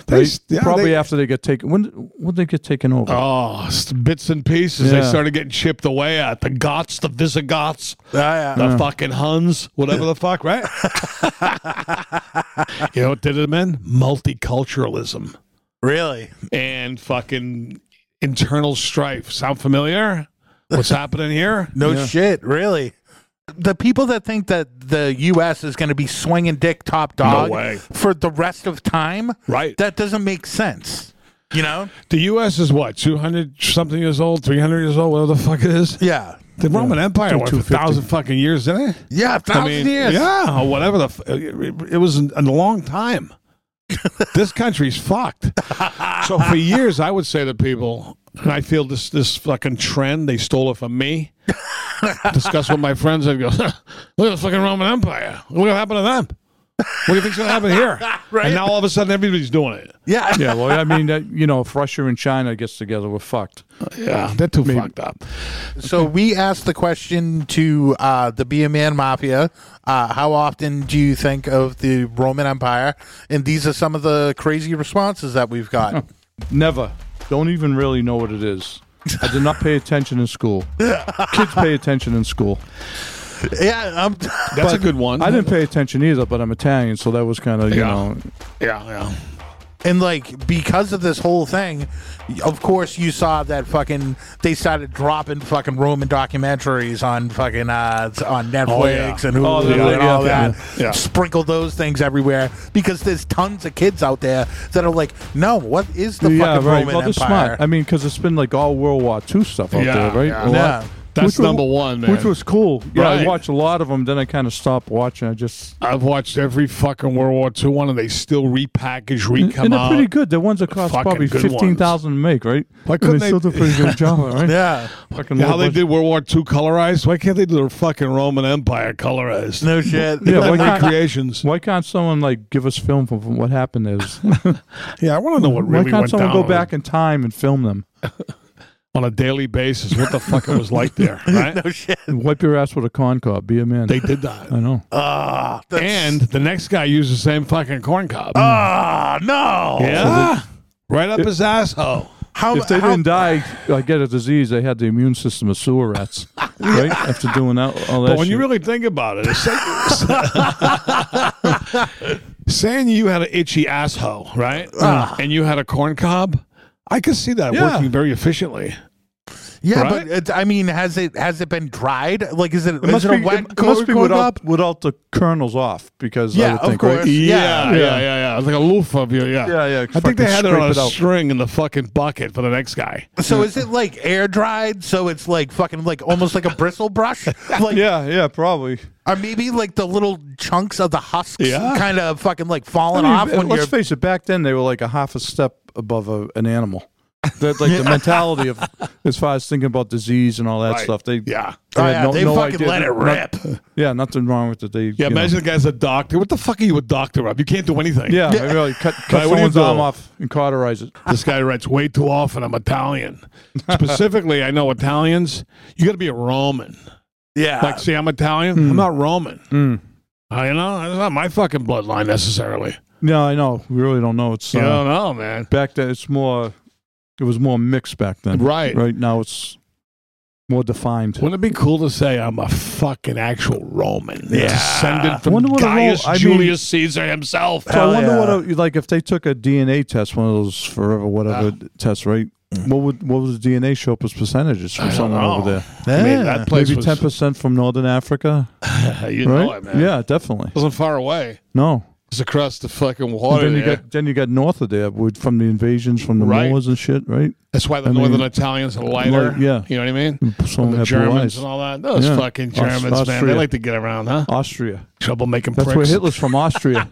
Speaker 8: They,
Speaker 2: They- probably after they got taken. When when they get taken over?
Speaker 8: Oh, s- bits and pieces. They
Speaker 2: Yeah.
Speaker 8: started getting chipped away at the Goths, the Visigoths,
Speaker 9: Ah,
Speaker 8: the fucking Huns, whatever the fuck, right? you know what did it in? Multiculturalism
Speaker 9: Really?
Speaker 8: and fucking internal strife. Sound familiar? What's happening here?
Speaker 9: No shit. Really? The people that think that the U.S. is going to be swinging dick top dog
Speaker 8: way.
Speaker 9: for the rest of time,
Speaker 8: Right.
Speaker 9: That doesn't make sense. You know?
Speaker 8: The U.S. is what, 200 something years old, 300 years old, whatever the fuck it is?
Speaker 9: Yeah.
Speaker 8: The Roman Empire went for
Speaker 2: 250.
Speaker 8: 1,000 fucking years, didn't it?
Speaker 9: Yeah. Thousand years.
Speaker 8: Yeah, or whatever the. F- it, it was an- a long time. this country's fucked. So for years, I would say to people, and I feel this this fucking trend they stole it from me. Discuss with my friends and go, look at the fucking Roman Empire. Look what happened to them. What do you think's gonna happen here?
Speaker 9: Right.
Speaker 8: And now all of a sudden everybody's doing it.
Speaker 9: Yeah.
Speaker 2: yeah, well, I mean, that, you know, if Russia and China gets together, we're fucked.
Speaker 8: Yeah, they're too fucked up.
Speaker 9: So we asked the question to uh, the Be a Man Mafia: uh, How often do you think of the Roman Empire? And these are some of the crazy responses that we've got.
Speaker 2: Never. Don't even really know what it is. I did not pay attention in school. Kids pay attention in school.
Speaker 9: yeah, I'm,
Speaker 8: That's a good one.
Speaker 2: I didn't pay attention either, but I'm Italian, so that was kind of you
Speaker 8: Yeah.
Speaker 2: know.
Speaker 8: Yeah, yeah.
Speaker 9: and like because of this whole thing, of course you saw that fucking they started dropping fucking Roman documentaries on fucking uh, on Netflix and Hulu
Speaker 2: Oh, they're
Speaker 9: and
Speaker 2: like- yeah,
Speaker 9: all
Speaker 2: yeah,
Speaker 9: that.
Speaker 8: yeah.
Speaker 9: Sprinkle those things everywhere because there's tons of kids out there that are like, no, what is the
Speaker 2: yeah,
Speaker 9: fucking
Speaker 2: right.
Speaker 9: Roman
Speaker 2: well,
Speaker 9: Empire?
Speaker 2: they're smart. I mean, because it's been like all World War II stuff out
Speaker 8: Yeah,
Speaker 2: there, right?
Speaker 8: yeah.
Speaker 2: A lot.
Speaker 9: Yeah.
Speaker 8: That's
Speaker 2: Which was-
Speaker 8: number one, man.
Speaker 2: Which was cool. Yeah,
Speaker 8: Right.
Speaker 2: I watched a lot of them. Then I kind of stopped watching. I just
Speaker 8: I've watched every fucking World War II one, and they still repackage,
Speaker 2: and,
Speaker 8: recome
Speaker 2: and they're
Speaker 8: out.
Speaker 2: pretty good. The ones that cost
Speaker 8: Fucking
Speaker 2: probably
Speaker 8: good
Speaker 2: fifteen thousand to make, right?
Speaker 8: Why
Speaker 2: And
Speaker 8: couldn't
Speaker 2: they
Speaker 8: they-
Speaker 2: still do a pretty good job, right?
Speaker 9: yeah.
Speaker 2: Fucking
Speaker 8: Yeah, how
Speaker 2: low
Speaker 8: they
Speaker 2: budget.
Speaker 8: did World War II colorized? Why can't they do the fucking Roman Empire colorized?
Speaker 9: No shit.
Speaker 2: Yeah, why
Speaker 8: Like
Speaker 2: can't,
Speaker 8: creations.
Speaker 2: why can't someone like give us film from from what happened? Is
Speaker 8: Yeah, I want to know what
Speaker 2: why
Speaker 8: really
Speaker 2: can't
Speaker 8: went
Speaker 2: someone
Speaker 8: down
Speaker 2: go back in time and film them
Speaker 8: on a daily basis. What the fuck it was like there, right?
Speaker 2: and wipe your ass with a corn cob? Be a man.
Speaker 8: They did that.
Speaker 2: I know.
Speaker 8: And the next guy used the same fucking corn cob. Hmm.
Speaker 9: Ah, no.
Speaker 8: yeah.
Speaker 2: Ah!
Speaker 8: Right up his asshole.
Speaker 9: How,
Speaker 2: if they
Speaker 9: how-
Speaker 2: didn't die, I get a disease. They had the immune system of sewer rats, right? After doing that, all that.
Speaker 8: But when you
Speaker 2: shit.
Speaker 8: really think about it, it's saying- saying you had an itchy asshole, right? and you had a corn cob, I could see that
Speaker 2: Ah. Yeah.
Speaker 8: working very efficially.
Speaker 9: Yeah,
Speaker 8: Right?
Speaker 9: but it, I mean, has it has it been dried? Like, is it,
Speaker 2: it
Speaker 9: is
Speaker 2: must
Speaker 9: it
Speaker 2: be,
Speaker 9: a wet
Speaker 2: it must be
Speaker 9: corn
Speaker 2: without,
Speaker 9: cob?
Speaker 2: without the kernels off because I
Speaker 9: Yeah,
Speaker 2: would
Speaker 9: of
Speaker 2: think,
Speaker 9: course.
Speaker 2: right?
Speaker 8: Yeah, yeah,
Speaker 2: Yeah.
Speaker 8: yeah, yeah. It's like a loof of you. Yeah,
Speaker 2: Yeah, yeah,
Speaker 8: I think
Speaker 2: fucking
Speaker 8: they had it on
Speaker 2: scrape
Speaker 8: a
Speaker 2: it out.
Speaker 8: string in the fucking bucket for the next guy.
Speaker 9: So is it like air dried? So it's like fucking like almost like a bristle brush, like
Speaker 2: Yeah, yeah, probably.
Speaker 9: or maybe like the little chunks of the husks
Speaker 8: Yeah.
Speaker 9: kind of fucking like falling
Speaker 2: I mean,
Speaker 9: off when
Speaker 2: let's
Speaker 9: you're.
Speaker 2: face it. Back then, they were like a half a step above a, an animal. That like the mentality of as far as thinking about disease and all that stuff. They
Speaker 8: Yeah.
Speaker 2: they,
Speaker 9: Oh,
Speaker 2: had
Speaker 9: yeah,
Speaker 2: no,
Speaker 9: they
Speaker 2: no
Speaker 9: fucking
Speaker 2: idea.
Speaker 9: let it
Speaker 2: Not-
Speaker 9: rip.
Speaker 2: yeah, nothing wrong with it. They you
Speaker 8: Yeah,
Speaker 2: know.
Speaker 8: imagine the guy's a doctor. What the fuck are you a doctor of? You can't do anything.
Speaker 2: Yeah, maybe like cut, cut
Speaker 8: Right, what do you
Speaker 2: someone's
Speaker 8: do?
Speaker 2: arm off and cauterize it.
Speaker 8: This guy writes way too often. I'm Italian. Specifically, I know Italians. You got to be a Roman.
Speaker 9: Yeah.
Speaker 8: Like, see, I'm Italian.
Speaker 2: Hmm.
Speaker 8: I'm not Roman. I, you know, that's not my fucking bloodline necessarily.
Speaker 2: No, I know. We really don't know. It's
Speaker 8: You
Speaker 2: uh,
Speaker 8: don't know, man.
Speaker 2: back then. It's more. It was more mixed back then.
Speaker 8: Right.
Speaker 2: Right now, it's more defined.
Speaker 8: Wouldn't it be cool to say I'm a fucking actual Roman? Yeah. Descended from
Speaker 2: Wonder what a
Speaker 8: Gaius
Speaker 2: Ro- I mean-
Speaker 8: Julius Caesar himself.
Speaker 2: So I wonder what a, like if they took a DNA test, one of those forever whatever
Speaker 8: Ah.
Speaker 2: tests, right? What would what would the DNA show up as percentages
Speaker 8: I
Speaker 2: from
Speaker 8: don't
Speaker 2: someone
Speaker 8: know.
Speaker 2: over there?
Speaker 8: I mean,
Speaker 9: Yeah.
Speaker 8: that place
Speaker 2: Maybe
Speaker 8: was,
Speaker 2: ten percent from Northern Africa,
Speaker 8: you
Speaker 2: right?
Speaker 8: know it, man.
Speaker 2: Yeah, definitely.
Speaker 8: It wasn't far away.
Speaker 2: No,
Speaker 8: It's across the fucking
Speaker 2: And
Speaker 8: water.
Speaker 2: then you
Speaker 8: there.
Speaker 2: got then you got north of there with, from the invasions from the
Speaker 8: Right.
Speaker 2: Moors and shit, right?
Speaker 8: That's why the
Speaker 2: I mean,
Speaker 8: Northern Italians are lighter.
Speaker 2: like, yeah.
Speaker 8: You know what I mean?
Speaker 2: Some
Speaker 8: the
Speaker 2: have blue
Speaker 8: Germans
Speaker 2: eyes.
Speaker 8: and all that. Those
Speaker 2: Yeah.
Speaker 8: fucking
Speaker 2: Aus-
Speaker 8: Germans, man. They
Speaker 2: Austria.
Speaker 8: like to get around, huh?
Speaker 2: Austria.
Speaker 8: Trouble making
Speaker 2: Uh, That's where
Speaker 8: pricks.
Speaker 2: Hitler's from. Austria.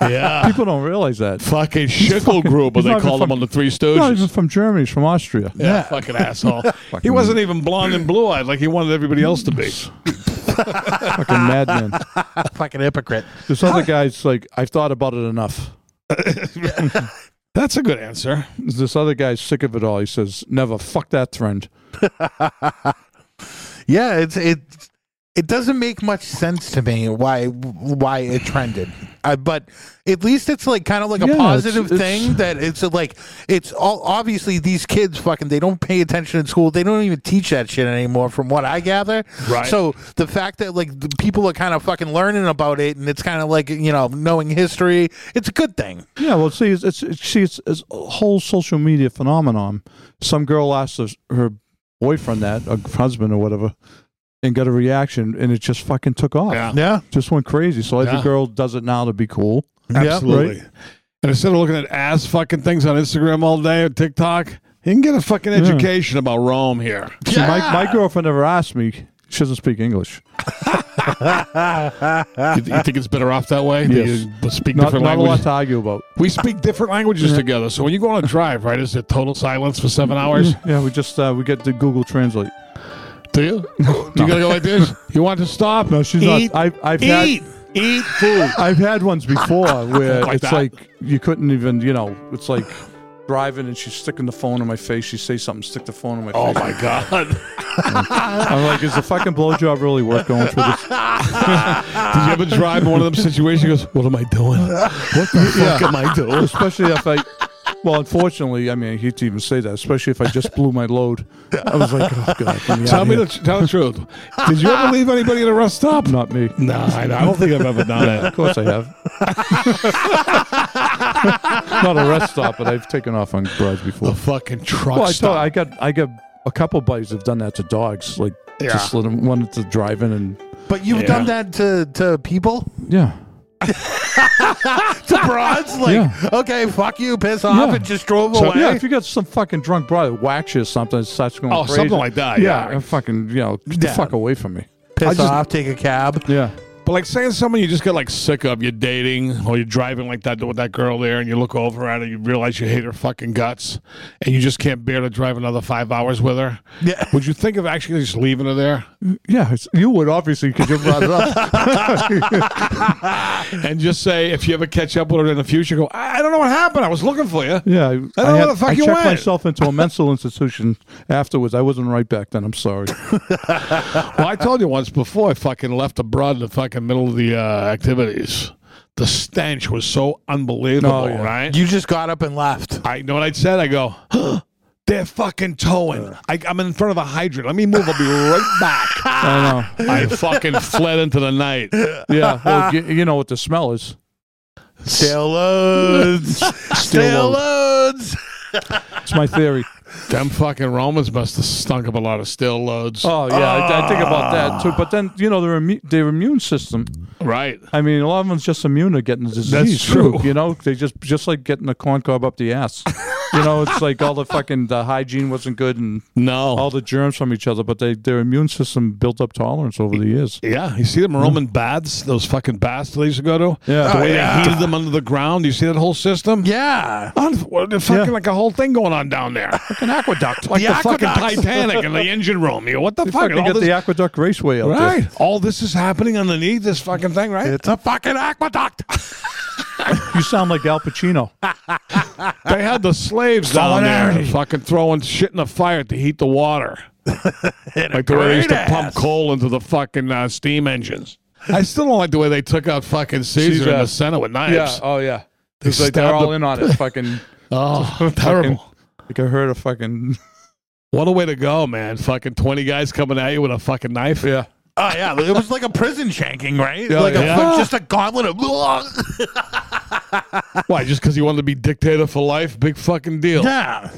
Speaker 8: yeah.
Speaker 2: People don't realize that.
Speaker 8: fucking Schickel group,
Speaker 2: he's
Speaker 8: as they
Speaker 2: not even
Speaker 8: call them
Speaker 2: from-
Speaker 8: on the Three
Speaker 2: He's not even
Speaker 8: Stooges.
Speaker 2: from Germany. He's from Austria.
Speaker 8: Yeah, fucking asshole. he wasn't even blonde and blue eyed like he wanted everybody else to be.
Speaker 2: Fucking madman.
Speaker 9: fucking hypocrite.
Speaker 2: This other guy's like, I've thought about it enough.
Speaker 8: That's a good answer.
Speaker 2: This other guy's sick of it all. He says, never. Fuck that trend.
Speaker 9: Yeah, it's it. It doesn't make much sense to me why why it trended. Uh, but at least it's like kind of like a
Speaker 2: Yeah, it's-
Speaker 9: positive
Speaker 2: it's-
Speaker 9: thing that it's like it's all obviously these kids fucking they don't pay attention in school. They don't even teach that shit anymore from what I gather.
Speaker 8: Right.
Speaker 9: So the fact that like the people are kind of fucking learning about it and it's kind of like, you know, knowing history, it's a good thing.
Speaker 2: Yeah, well, see, it's, it's it's- see, it's, it's a whole social media phenomenon. Some girl asked her, her boyfriend that, or husband or whatever, and got a reaction, and it just fucking took off.
Speaker 8: Yeah.
Speaker 9: Yeah.
Speaker 2: Just went crazy. So every
Speaker 8: Yeah.
Speaker 2: girl does it now to be cool.
Speaker 8: Absolutely. And instead of looking at ass fucking things on Instagram all day or TikTok, you can get a fucking education about Rome here.
Speaker 2: See, my, my girlfriend never asked me. She doesn't speak English.
Speaker 8: You, you think it's better off that way?
Speaker 2: Yes.
Speaker 8: Do you speak
Speaker 2: Not,
Speaker 8: different
Speaker 2: not a lot
Speaker 8: languages?
Speaker 2: to argue about.
Speaker 8: We speak different languages together. So when you go on a drive, right, is it total silence for seven hours?
Speaker 2: Yeah, we just uh, we get the Google Translate.
Speaker 8: Do you? Do you gotta go like this? You want to stop?
Speaker 2: No, she's not-
Speaker 8: eat,
Speaker 2: I've- I've had-
Speaker 8: eat, eat food.
Speaker 2: I've had ones before where
Speaker 8: Like
Speaker 2: it's
Speaker 8: that.
Speaker 2: like you couldn't even, you know, it's like driving and she's sticking the phone in my face. She says something, stick the phone in my
Speaker 8: Oh
Speaker 2: face.
Speaker 8: my god! Did
Speaker 2: I'm like, is the fucking blowjob really worth going through this?
Speaker 8: you ever drive in one of them situations? He goes, "What am I doing? What the fuck am I doing?"
Speaker 2: Especially if I, well, unfortunately, I mean, I hate to even say that, especially if I just blew my load. I was like, oh god, get me
Speaker 8: Tell
Speaker 2: out
Speaker 8: me
Speaker 2: of
Speaker 8: the
Speaker 2: here.
Speaker 8: tell the truth. Did you ever leave anybody at a rest stop?
Speaker 2: not me.
Speaker 8: No, I, I don't think I've ever done it.
Speaker 2: Of course I have. not a rest stop, but I've taken off on garage
Speaker 8: A
Speaker 2: before.
Speaker 8: fucking truck
Speaker 2: Well, I, told,
Speaker 8: stop.
Speaker 2: I got I got a couple buddies have done that to dogs, like just let them wanted to drive in and
Speaker 9: But you've
Speaker 8: Yeah.
Speaker 9: done that to to people?
Speaker 2: yeah.
Speaker 9: To broads like,
Speaker 2: Yeah.
Speaker 9: okay, fuck you, piss off
Speaker 2: Yeah.
Speaker 9: and just drove
Speaker 2: So,
Speaker 9: away.
Speaker 2: yeah, if you got some fucking drunk brother that whacks you or something, it starts going
Speaker 8: Oh,
Speaker 2: crazy.
Speaker 8: something like that, yeah.
Speaker 2: and fucking, you know, get the
Speaker 9: Yeah.
Speaker 2: fuck away from me.
Speaker 9: piss
Speaker 8: I just-
Speaker 9: off, take a cab.
Speaker 2: Yeah.
Speaker 8: But like saying someone you just get like sick of, you're dating or you're driving like that with that girl there, and you look over at her, you realize you hate her fucking guts, and you just can't bear to drive another five hours with her.
Speaker 9: Yeah.
Speaker 8: Would you think of actually just leaving her there
Speaker 2: Yeah, it's, you would obviously because you brought it up.
Speaker 8: and just say if you ever catch up with her in the future, go, I I don't know what happened. I was looking for you.
Speaker 2: Yeah, I,
Speaker 8: I don't know where the fuck
Speaker 2: I
Speaker 8: you
Speaker 2: checked
Speaker 8: went.
Speaker 2: myself into a mental institution afterwards. I wasn't right back then. I'm sorry.
Speaker 8: Well, I told you once before, I fucking left abroad in the fucking middle of the uh, activities. The stench was so unbelievable,
Speaker 2: Oh, yeah.
Speaker 8: right?
Speaker 9: You just got up and left.
Speaker 8: I know what I said. I go, huh, they're fucking towing. I, I'm in front of a hydrant. Let me move. I'll be right back.
Speaker 2: I know.
Speaker 8: I fucking fled into the night.
Speaker 2: Yeah, well, you, you know what the smell is.
Speaker 9: Stale loads. Stale loads.
Speaker 2: It's my theory.
Speaker 8: Them fucking Romans must have stunk up a lot of still loads.
Speaker 2: Oh yeah, I, I think about that
Speaker 8: Ah.
Speaker 2: too. But then you know their immu- their immune system.
Speaker 8: Right.
Speaker 2: I mean, a lot of them's just immune to getting the disease.
Speaker 8: That's true.
Speaker 2: You know, they just just like getting a corn cob up the ass. you know, it's like all the fucking the hygiene wasn't good and
Speaker 10: No.
Speaker 2: all the germs from each other, but they their immune system built up tolerance over the years.
Speaker 8: Yeah, you see them Roman baths, those fucking baths they used to go to.
Speaker 2: Yeah.
Speaker 8: the
Speaker 2: Oh,
Speaker 8: way
Speaker 9: yeah.
Speaker 8: they heated them under the ground. You see that whole system?
Speaker 9: Yeah.
Speaker 8: On, what, the fucking
Speaker 2: Yeah.
Speaker 8: like a whole thing going on down there, like an aqueduct, like
Speaker 9: The
Speaker 8: the, fucking
Speaker 9: aqueducts.
Speaker 8: Titanic in the engine room. You what the fuck?
Speaker 2: Fucking
Speaker 8: All
Speaker 2: get
Speaker 8: this-
Speaker 2: the aqueduct raceway out there.
Speaker 8: right, all this is happening underneath this fucking thing, right?
Speaker 9: It's a fucking aqueduct.
Speaker 2: You sound like Al Pacino.
Speaker 8: they had the slaves down there,
Speaker 9: Solidarity.
Speaker 8: fucking throwing shit in the fire to heat the water, like the way they used to pump coal into the fucking uh, steam engines. I still don't like the way they took out fucking Caesar, in the
Speaker 2: Caesar.
Speaker 8: Senate with knives.
Speaker 2: Oh yeah.
Speaker 8: They
Speaker 2: It's like they're
Speaker 8: stabbed
Speaker 2: all
Speaker 8: the-
Speaker 2: in on it. Fucking
Speaker 8: Oh, terrible.
Speaker 2: like I heard a fucking
Speaker 8: What a way to go, man. Fucking 20 guys coming at you with a fucking knife. Yeah.
Speaker 9: Oh yeah, it was like a prison shanking, right?
Speaker 8: Yeah,
Speaker 9: like
Speaker 8: yeah.
Speaker 9: A, like just a gauntlet of.
Speaker 8: Why? Just because you wanted to be dictator for life? Big fucking deal.
Speaker 9: yeah.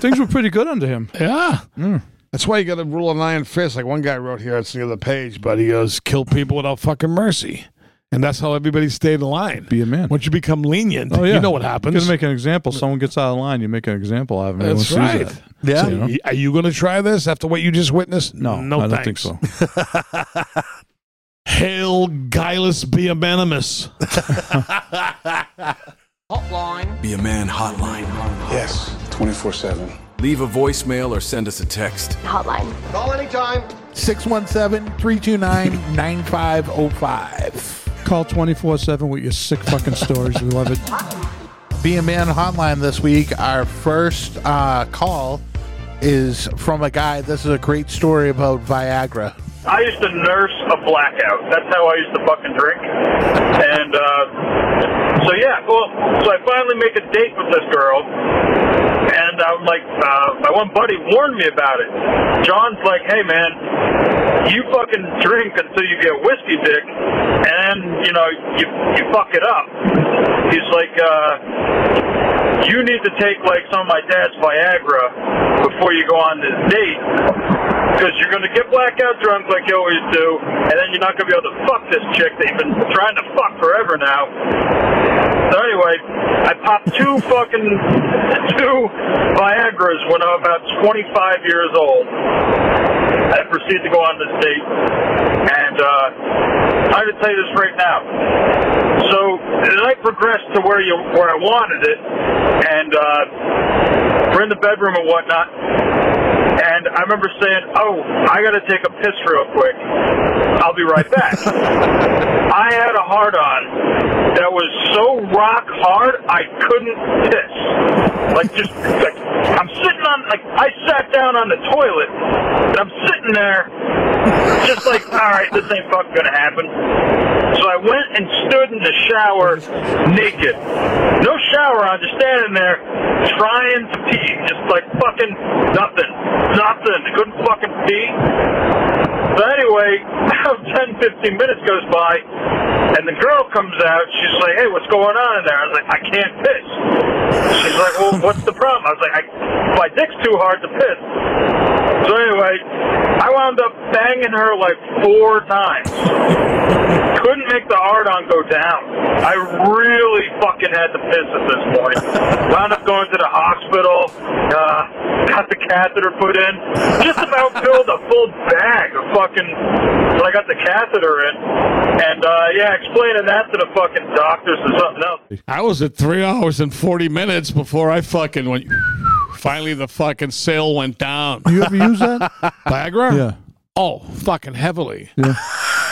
Speaker 2: things were pretty good under him.
Speaker 8: Yeah.
Speaker 2: Mm.
Speaker 8: That's why you got to rule an iron fist. Like one guy wrote here, it's the other page, but he goes, kill people without fucking mercy. And that's how everybody stayed in line.
Speaker 2: Be a man. Oh,
Speaker 8: Once you become lenient, you know what
Speaker 2: You're
Speaker 8: happens.
Speaker 2: gonna make an example. Someone gets out of line, you make an example out of him. Everyone
Speaker 8: that's
Speaker 2: sees
Speaker 8: right.
Speaker 2: that.
Speaker 9: Yeah.
Speaker 8: So, y- are you going to try this after what you just witnessed?
Speaker 2: No,
Speaker 8: no,
Speaker 2: I don't
Speaker 8: thanks.
Speaker 2: think so.
Speaker 8: Hail, guileless, be anonymous.
Speaker 7: Hotline.
Speaker 3: Be a man hotline.
Speaker 11: Yes, 24 7.
Speaker 3: Leave a voicemail or send us a text.
Speaker 6: Hotline.
Speaker 9: 617 329 9505.
Speaker 2: Call twenty four seven with your sick fucking stories. We love it.
Speaker 9: Be a Man Hotline this week. Our first uh, call is from a guy. This is a great story about Viagra.
Speaker 11: I used to nurse a blackout. That's how I used to fucking drink. And, uh, so yeah, well, so I finally make a date with this girl. And I'm like, uh, my one buddy warned me about it. John's like, hey man, you fucking drink until you get whiskey dick, and, you know, you, you fuck it up. He's like, uh, you need to take like some of my dad's Viagra before you go on this date. Because you're going to get blackout drunk like you always do, and then you're not going to be able to fuck this chick that you've been trying to fuck forever now. So anyway, I popped two fucking, two Viagras when I was about 25 years old. I proceeded to go on this date, and uh, I have to tell you this right now. So the night progressed to where you where I wanted it, and uh, we're in the bedroom and whatnot. And I remember saying, "Oh, I got to take a piss real quick. I'll be right back." I had a hard on that was so rock hard I couldn't piss. Like just like I'm sitting on like I sat down on the toilet and I'm sitting there just like, all right, this ain't fucking gonna happen. So I went and stood in the shower naked. No shower on, just standing there trying to pee. Just like fucking nothing. Nothing. I couldn't fucking pee. So anyway, about 10, 15 minutes goes by, and the girl comes out. She's like, hey, what's going on in there? I was like, I can't piss. She's like, well, what's the problem? I was like, I, my dick's too hard to piss. So anyway, I wound up banging her like four times. Couldn't make the hard-on go down. I really fucking had to piss at this point. wound up going to the hospital. Uh, got the catheter put in. Just about filled a full bag of fucking. So I got the catheter in, and uh, yeah, explaining that to the fucking doctors is something else.
Speaker 8: I was at three hours and 40 minutes before I fucking went. Finally, the fucking sale went down.
Speaker 2: You ever use that?
Speaker 8: Viagra?
Speaker 2: Yeah.
Speaker 8: Oh, fucking heavily.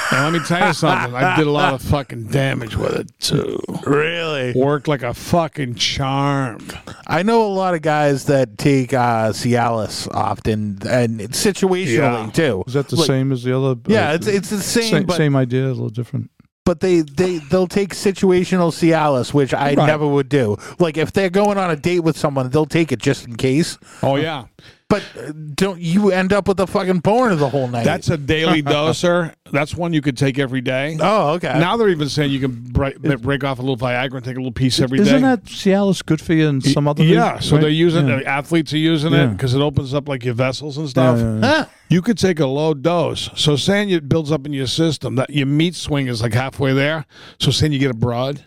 Speaker 8: And let me tell you something. I did a lot of fucking damage with it too.
Speaker 9: Really?
Speaker 8: Worked like a fucking charm.
Speaker 9: I know a lot of guys that take uh, Cialis often, and it's situationally
Speaker 8: Yeah.
Speaker 9: too.
Speaker 2: Is that the
Speaker 9: Like,
Speaker 2: same as the other?
Speaker 9: Yeah,
Speaker 2: uh,
Speaker 9: it's it's the same,
Speaker 2: same,
Speaker 9: but,
Speaker 2: same idea, a little different.
Speaker 9: but they they they'll take situational Cialis, which I
Speaker 8: Right.
Speaker 9: never would do. Like if they're going on a date with someone, they'll take it just in case.
Speaker 8: Oh yeah.
Speaker 9: But uh, don't you end up with a fucking boner the whole night?
Speaker 8: That's a daily doser. That's one you could take every day.
Speaker 9: oh okay.
Speaker 8: Now they're even saying you can break, break off a little Viagra and take a little piece every
Speaker 2: Isn't
Speaker 8: day.
Speaker 2: that Cialis good for you and some other?
Speaker 8: yeah, so
Speaker 2: right?
Speaker 8: they're using
Speaker 2: Yeah.
Speaker 8: the athletes are using it
Speaker 2: Yeah.
Speaker 8: because it opens up like your vessels and stuff.
Speaker 2: Yeah, yeah, yeah.
Speaker 9: Huh.
Speaker 8: You could take a low dose. So saying it builds up in your system that your meat swing is like halfway there. So saying you get abroad,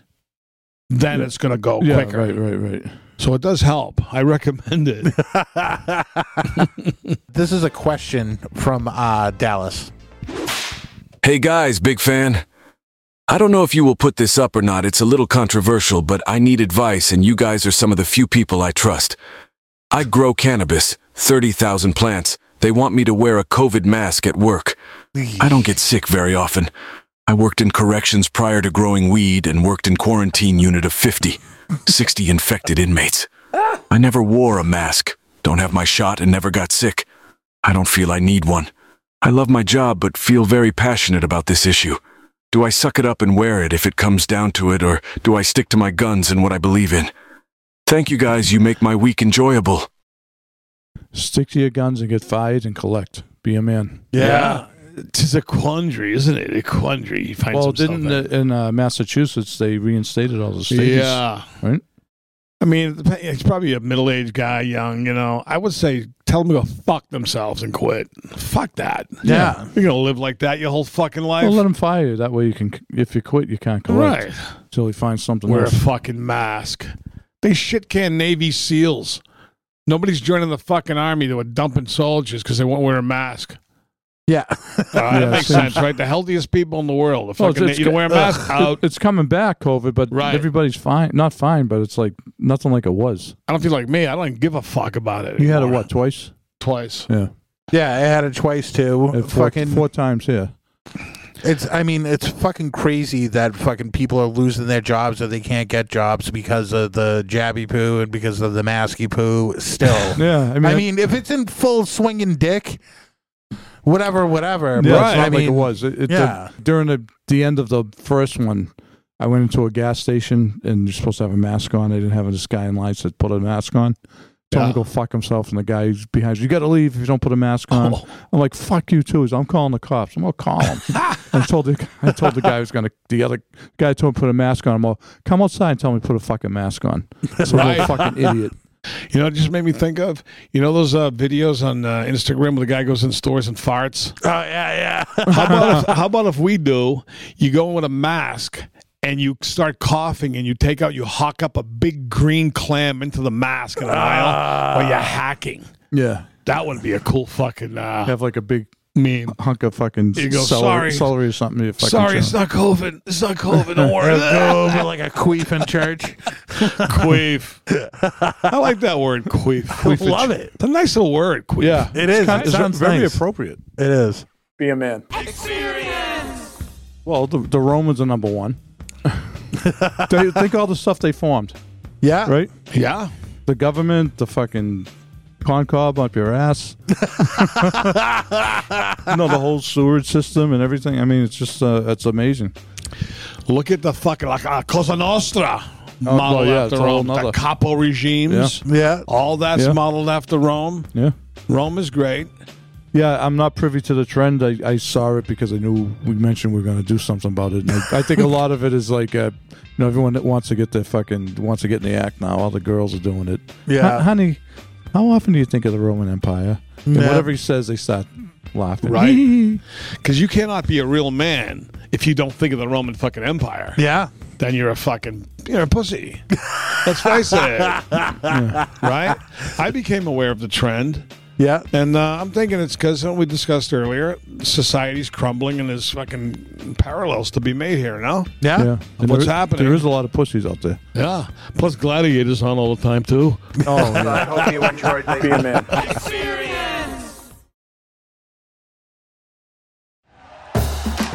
Speaker 8: then it's gonna go
Speaker 2: Yeah,
Speaker 8: quicker.
Speaker 2: right, right, right.
Speaker 8: So it does help. I recommend it.
Speaker 9: This is a question from uh, Dallas.
Speaker 10: Hey guys, big fan. I don't know if you will put this up or not. It's a little controversial, but I need advice, and you guys are some of the few people I trust. I grow cannabis, 30,000 plants. They want me to wear a COVID mask at work. I don't get sick very often. I worked in corrections prior to growing weed and worked in quarantine unit of 50, 60 infected inmates. I never wore a mask, don't have my shot, and never got sick. I don't feel I need one. I love my job, but feel very passionate about this issue. Do I suck it up and wear it if it comes down to it, or do I stick to my guns and what I believe in? Thank you guys, you make my week enjoyable.
Speaker 2: Stick to your guns and get fired and collect. Be a man.
Speaker 8: Yeah. It's a quandary, isn't it? A quandary. He finds
Speaker 2: well,
Speaker 8: himself
Speaker 2: didn't
Speaker 8: in.
Speaker 9: eh?
Speaker 2: uh, in uh, Massachusetts they reinstated all the states?
Speaker 8: Yeah.
Speaker 2: right?
Speaker 8: I mean, it dep- it's probably a middle aged guy, young, you know. I would say tell them to go fuck themselves and quit. Fuck that.
Speaker 9: Yeah.
Speaker 8: You're going to live like that your whole fucking life.
Speaker 2: Well, let them fire you. That way you can. If you quit, you can't collect
Speaker 8: right.
Speaker 2: until he finds something
Speaker 8: Wear a
Speaker 2: else.
Speaker 8: fucking mask. They shit can Navy SEALs. Nobody's joining the fucking army. They were dumping soldiers because they won't wear a mask.
Speaker 9: Yeah.
Speaker 8: Uh, that
Speaker 2: Yeah,
Speaker 8: makes
Speaker 2: same. Oh,
Speaker 8: sense, right? The healthiest people in the world. The
Speaker 2: Well,
Speaker 8: fucking, you don't wear a mask
Speaker 2: ugh,
Speaker 8: out.
Speaker 2: it- It's coming back, COVID, but
Speaker 8: Right.
Speaker 2: everybody's fine. Not fine, but it's like nothing like it was.
Speaker 8: I don't feel like me. I don't give a fuck about it.
Speaker 2: You had it
Speaker 8: anymore.
Speaker 2: what twice?
Speaker 8: Twice.
Speaker 2: Yeah,
Speaker 9: Yeah, I had it twice too.
Speaker 2: Uh, four,
Speaker 9: fucking,
Speaker 2: four times here.
Speaker 9: it's. I mean, it's fucking crazy that fucking people are losing their jobs or they can't get jobs because of the jabby poo and because of the masky poo. Still,
Speaker 2: Yeah, I mean,
Speaker 9: I mean, if it's in full swinging dick, whatever, whatever.
Speaker 2: yeah,
Speaker 9: but
Speaker 2: it's not
Speaker 9: I
Speaker 2: like it
Speaker 9: mean,
Speaker 2: was. It, it-
Speaker 9: yeah.
Speaker 2: the- during the, the end of the first one, I went into a gas station and you're supposed to have a mask on. I didn't have it. This guy in line said, "Put a mask on." Told him to
Speaker 8: Yeah.
Speaker 2: go fuck himself, and the guy who's behind you, you got to leave if you don't put a mask on.
Speaker 8: Oh.
Speaker 2: I'm like, fuck you too. He's, I'm calling the cops. I'm gonna call him. I told the I told the guy who's gonna the other guy told him to put a mask on. I'm all, come outside and tell me to put a fucking mask on. So
Speaker 8: Right.
Speaker 2: a fucking idiot.
Speaker 8: You know, what it just made me think of you know those uh, videos on uh, Instagram where the guy goes in stores and farts.
Speaker 9: Oh yeah, yeah.
Speaker 8: How about if, how about if we do? You go in with a mask and you start coughing and you take out you hawk up a big green clam into the mask in an aisle while you're hacking.
Speaker 2: Yeah,
Speaker 8: That would be a cool fucking uh,
Speaker 2: have like a big
Speaker 8: meme.
Speaker 2: hunk of fucking
Speaker 8: You go,
Speaker 2: celery,
Speaker 8: "Sorry."
Speaker 2: celery or something. you fucking
Speaker 8: Sorry, it's
Speaker 2: channel.
Speaker 8: not COVID. It's not COVID. Don't worry.
Speaker 9: Go over like a queef in church.
Speaker 8: queef. I like that word, queef. queef
Speaker 9: Love it.
Speaker 8: It's a nice little word, queef.
Speaker 2: yeah,
Speaker 9: It is.
Speaker 2: kind-
Speaker 9: It sounds
Speaker 2: very
Speaker 9: nice.
Speaker 2: appropriate.
Speaker 9: It is.
Speaker 2: Be a man. Well, the, the Romans are number one. they, think all the stuff they formed,
Speaker 9: Yeah.
Speaker 2: right?
Speaker 8: Yeah.
Speaker 2: The government, the fucking concob up your ass. no, the whole sewage system and everything. I mean, it's just uh, it's amazing.
Speaker 8: Look at the fucking like uh, Cosa Nostra modeled
Speaker 2: Ah, well, yeah,
Speaker 8: after
Speaker 2: it's a whole
Speaker 8: Rome.
Speaker 2: nother-
Speaker 8: The capo regimes.
Speaker 9: Yeah.
Speaker 8: All that's
Speaker 2: Yeah.
Speaker 8: modeled after Rome.
Speaker 2: Yeah,
Speaker 8: Rome is great.
Speaker 2: yeah. I'm not privy to the trend. I, I saw it because I knew we mentioned we are going to do something about it. And I, I think a lot of it is like, uh, you know, everyone that wants to get their fucking wants to get in the act now. All the girls are doing it. Hon-
Speaker 9: Yeah.
Speaker 2: honey, how often do you think of the Roman Empire? And
Speaker 9: Yeah.
Speaker 2: whatever he says, they start laughing.
Speaker 8: Right. Because you cannot be a real man if you don't think of the Roman fucking Empire.
Speaker 9: Yeah.
Speaker 8: Then you're a fucking you're a pussy. Let's face it. Right? I became aware of the trend.
Speaker 9: Yeah.
Speaker 8: And uh, I'm thinking it's because we discussed earlier, society's crumbling and there's fucking parallels to be made here, no?
Speaker 9: Yeah.
Speaker 2: Yeah. And
Speaker 8: What's
Speaker 2: there-
Speaker 8: happening?
Speaker 2: There is a lot of pussies out there.
Speaker 8: Yeah. Plus, Gladiator's on all the time, too.
Speaker 2: Oh, yeah.
Speaker 3: hope you enjoyed the Be a man.